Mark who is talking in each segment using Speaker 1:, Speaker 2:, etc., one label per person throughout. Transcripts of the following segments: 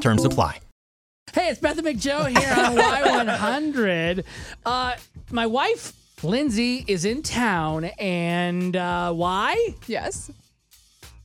Speaker 1: Terms apply.
Speaker 2: Hey, it's Beth and McJoe here on Y100. Uh, my wife, Lindsay, is in town, and uh, why?
Speaker 3: Yes.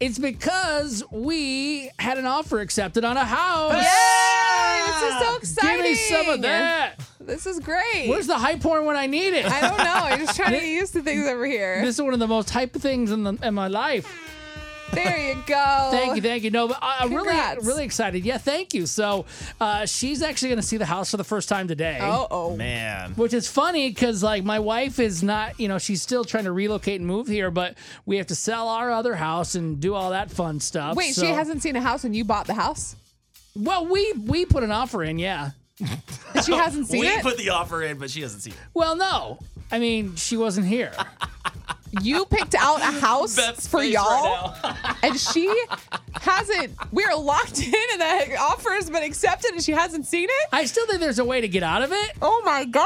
Speaker 2: It's because we had an offer accepted on a house.
Speaker 3: Yay! This is so
Speaker 2: Give
Speaker 3: exciting.
Speaker 2: me some of that.
Speaker 3: This is great.
Speaker 2: Where's the hype horn when I need it?
Speaker 3: I don't know. I'm just trying to get used to things over here.
Speaker 2: This is one of the most hype things in, the, in my life.
Speaker 3: There you go.
Speaker 2: Thank you, thank you. No, but I- I'm really,
Speaker 3: Congrats.
Speaker 2: really excited. Yeah, thank you. So, uh, she's actually going to see the house for the first time today.
Speaker 3: Oh, oh.
Speaker 4: Man.
Speaker 2: which is funny because like my wife is not you know she's still trying to relocate and move here but we have to sell our other house and do all that fun stuff
Speaker 3: Wait,
Speaker 2: so-
Speaker 3: she hasn't seen a house and you bought the house?
Speaker 2: well we we put an offer in yeah
Speaker 3: And she hasn't seen
Speaker 4: we
Speaker 3: it?
Speaker 4: put the offer in, but she doesn't see it.
Speaker 2: well no i mean she wasn't here
Speaker 3: you picked out a house
Speaker 4: Beth's
Speaker 3: for
Speaker 4: face
Speaker 3: y'all,
Speaker 4: Right now.
Speaker 3: and she hasn't. We are locked in, and the offer has been accepted, and she hasn't seen it?
Speaker 2: i still think there's a way to get out of it
Speaker 3: Oh my God.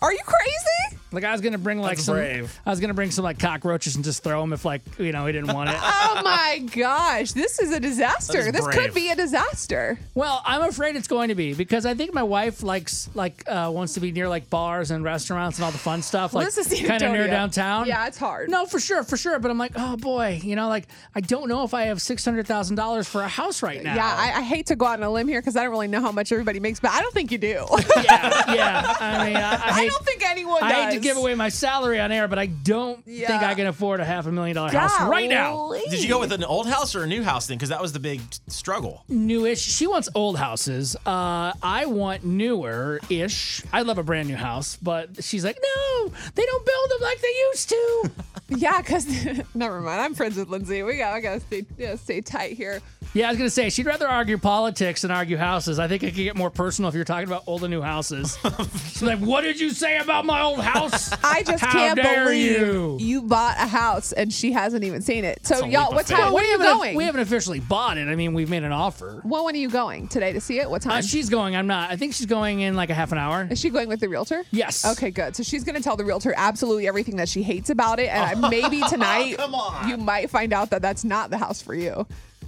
Speaker 3: Are you crazy?
Speaker 2: like i was gonna bring like
Speaker 4: That's
Speaker 2: some
Speaker 4: brave.
Speaker 2: i was gonna bring some like cockroaches and just throw them if like you know he didn't want it
Speaker 3: Oh my gosh. This is a disaster.
Speaker 4: That is
Speaker 3: this
Speaker 4: brave.
Speaker 3: could be a disaster.
Speaker 2: Well, I'm afraid it's going to be because I think my wife likes like uh, wants to be near like bars and restaurants and all the fun stuff,
Speaker 3: Well,
Speaker 2: like
Speaker 3: this is San
Speaker 2: kind of near
Speaker 3: Antonio.
Speaker 2: downtown.
Speaker 3: Yeah, it's hard.
Speaker 2: No, for sure, for sure. But I'm like, oh boy, you know, like I don't know if I have six hundred thousand dollars for a house right now.
Speaker 3: Yeah, I, I hate to go out on a limb here because I don't really know how much everybody makes, but I don't think you do.
Speaker 2: yeah, yeah. I mean, I, I
Speaker 3: I
Speaker 2: hate.
Speaker 3: don't think anyone
Speaker 2: I
Speaker 3: does.
Speaker 2: hate to give away my salary on air, but I don't think
Speaker 3: Yeah.
Speaker 2: I can afford a half a million dollar house right now.
Speaker 3: Golly.
Speaker 4: Did you go with an old house or a new house then? Because that was the big t- struggle.
Speaker 3: Mm.
Speaker 2: Newish. She wants old houses. Uh, I want newer ish. I love a brand new house, but she's like, no, they don't build them like they used to.
Speaker 3: Yeah, because never mind. I'm friends with Lindsay. We got. I gotta stay. Yeah, stay tight here.
Speaker 2: yeah, I was gonna say she'd rather argue politics than argue houses. I think it could get more personal if you're talking about old and new houses. she's like, what did you say about my old house?
Speaker 3: I just
Speaker 2: How
Speaker 3: can't
Speaker 2: dare
Speaker 3: believe
Speaker 2: you.
Speaker 3: bought a house and she hasn't even seen it. So
Speaker 4: a leap
Speaker 3: y'all,
Speaker 4: of
Speaker 3: what
Speaker 4: faith.
Speaker 3: time? Where
Speaker 2: we
Speaker 3: are you
Speaker 2: haven't-
Speaker 3: going?
Speaker 2: We haven't officially bought it. I mean, we've made an offer.
Speaker 3: well, when are you going today to see it? What time?
Speaker 2: Uh, she's going. I'm not. I think she's going in like a half an hour.
Speaker 3: Is she going with the realtor?
Speaker 2: Yes.
Speaker 3: Okay, good. So she's going to tell the realtor absolutely everything that she hates about it, and I- maybe tonight
Speaker 4: Come on.
Speaker 3: you might find out that that's not the house for you.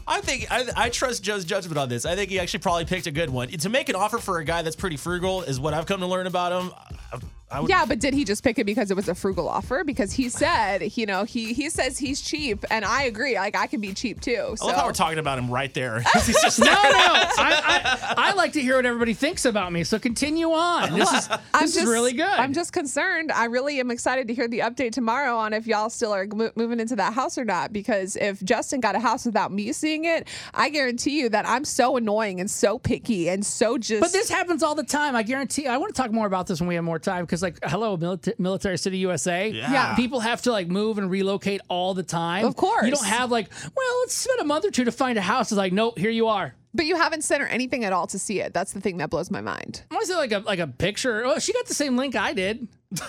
Speaker 4: I think I, I trust Joe's judgment on this. I think he actually probably picked a good one. To make an offer for a guy that's pretty frugal is what I've come to learn about him. I, I would,
Speaker 3: Yeah, but did he just pick it because it was a frugal offer? Because he said, you know, he he says he's cheap, and I agree. Like I can be cheap too.
Speaker 4: I
Speaker 3: So
Speaker 4: love how we're talking about him right there. He's just
Speaker 2: No, no. I, I, I like to hear what everybody thinks about me. So continue on. This is this
Speaker 3: I'm
Speaker 2: is really good.
Speaker 3: I'm just concerned. I really am excited to hear the update tomorrow on if y'all still are mo- moving into that house or not. Because if Justin got a house without me seeing it, I guarantee you that I'm so annoying and so picky and so just.
Speaker 2: But this happens all the time. I guarantee. I want to talk more about this when we have more time because, like, hello, milita- military city USA.
Speaker 4: Yeah.
Speaker 2: People have to like move and relocate all the time.
Speaker 3: Of course.
Speaker 2: You don't have like, well, let's spend a month or two to find a house. It's like, nope, here you are.
Speaker 3: But you haven't sent her anything at all to see it. That's the thing that blows my mind.
Speaker 2: I want to say like a like a picture. Oh, she got the same link I did.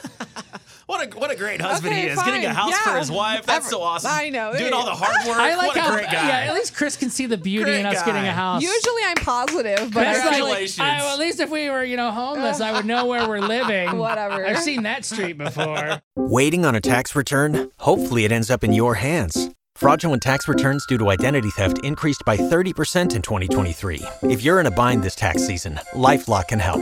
Speaker 4: What a what a great husband
Speaker 3: Okay,
Speaker 4: he is. Getting a
Speaker 3: fine.
Speaker 4: house for
Speaker 3: Yeah.
Speaker 4: his wife. That's
Speaker 3: Every-
Speaker 4: so awesome.
Speaker 3: I know.
Speaker 4: Doing all the hard work.
Speaker 2: I like
Speaker 4: what
Speaker 2: how
Speaker 4: a great guy.
Speaker 2: yeah. At least Chris can see the beauty in
Speaker 4: Great
Speaker 2: us getting
Speaker 4: guy.
Speaker 2: a house.
Speaker 3: Usually I'm positive, but
Speaker 2: That's like,
Speaker 4: Congratulations.
Speaker 2: I- well, at least if we were, you know, homeless, I would know where we're living.
Speaker 3: Whatever.
Speaker 2: I've seen that street before.
Speaker 1: Waiting on a tax return? Hopefully, it ends up in your hands. Fraudulent tax returns due to identity theft increased by 30% in 2023. If you're in a bind this tax season, LifeLock can help.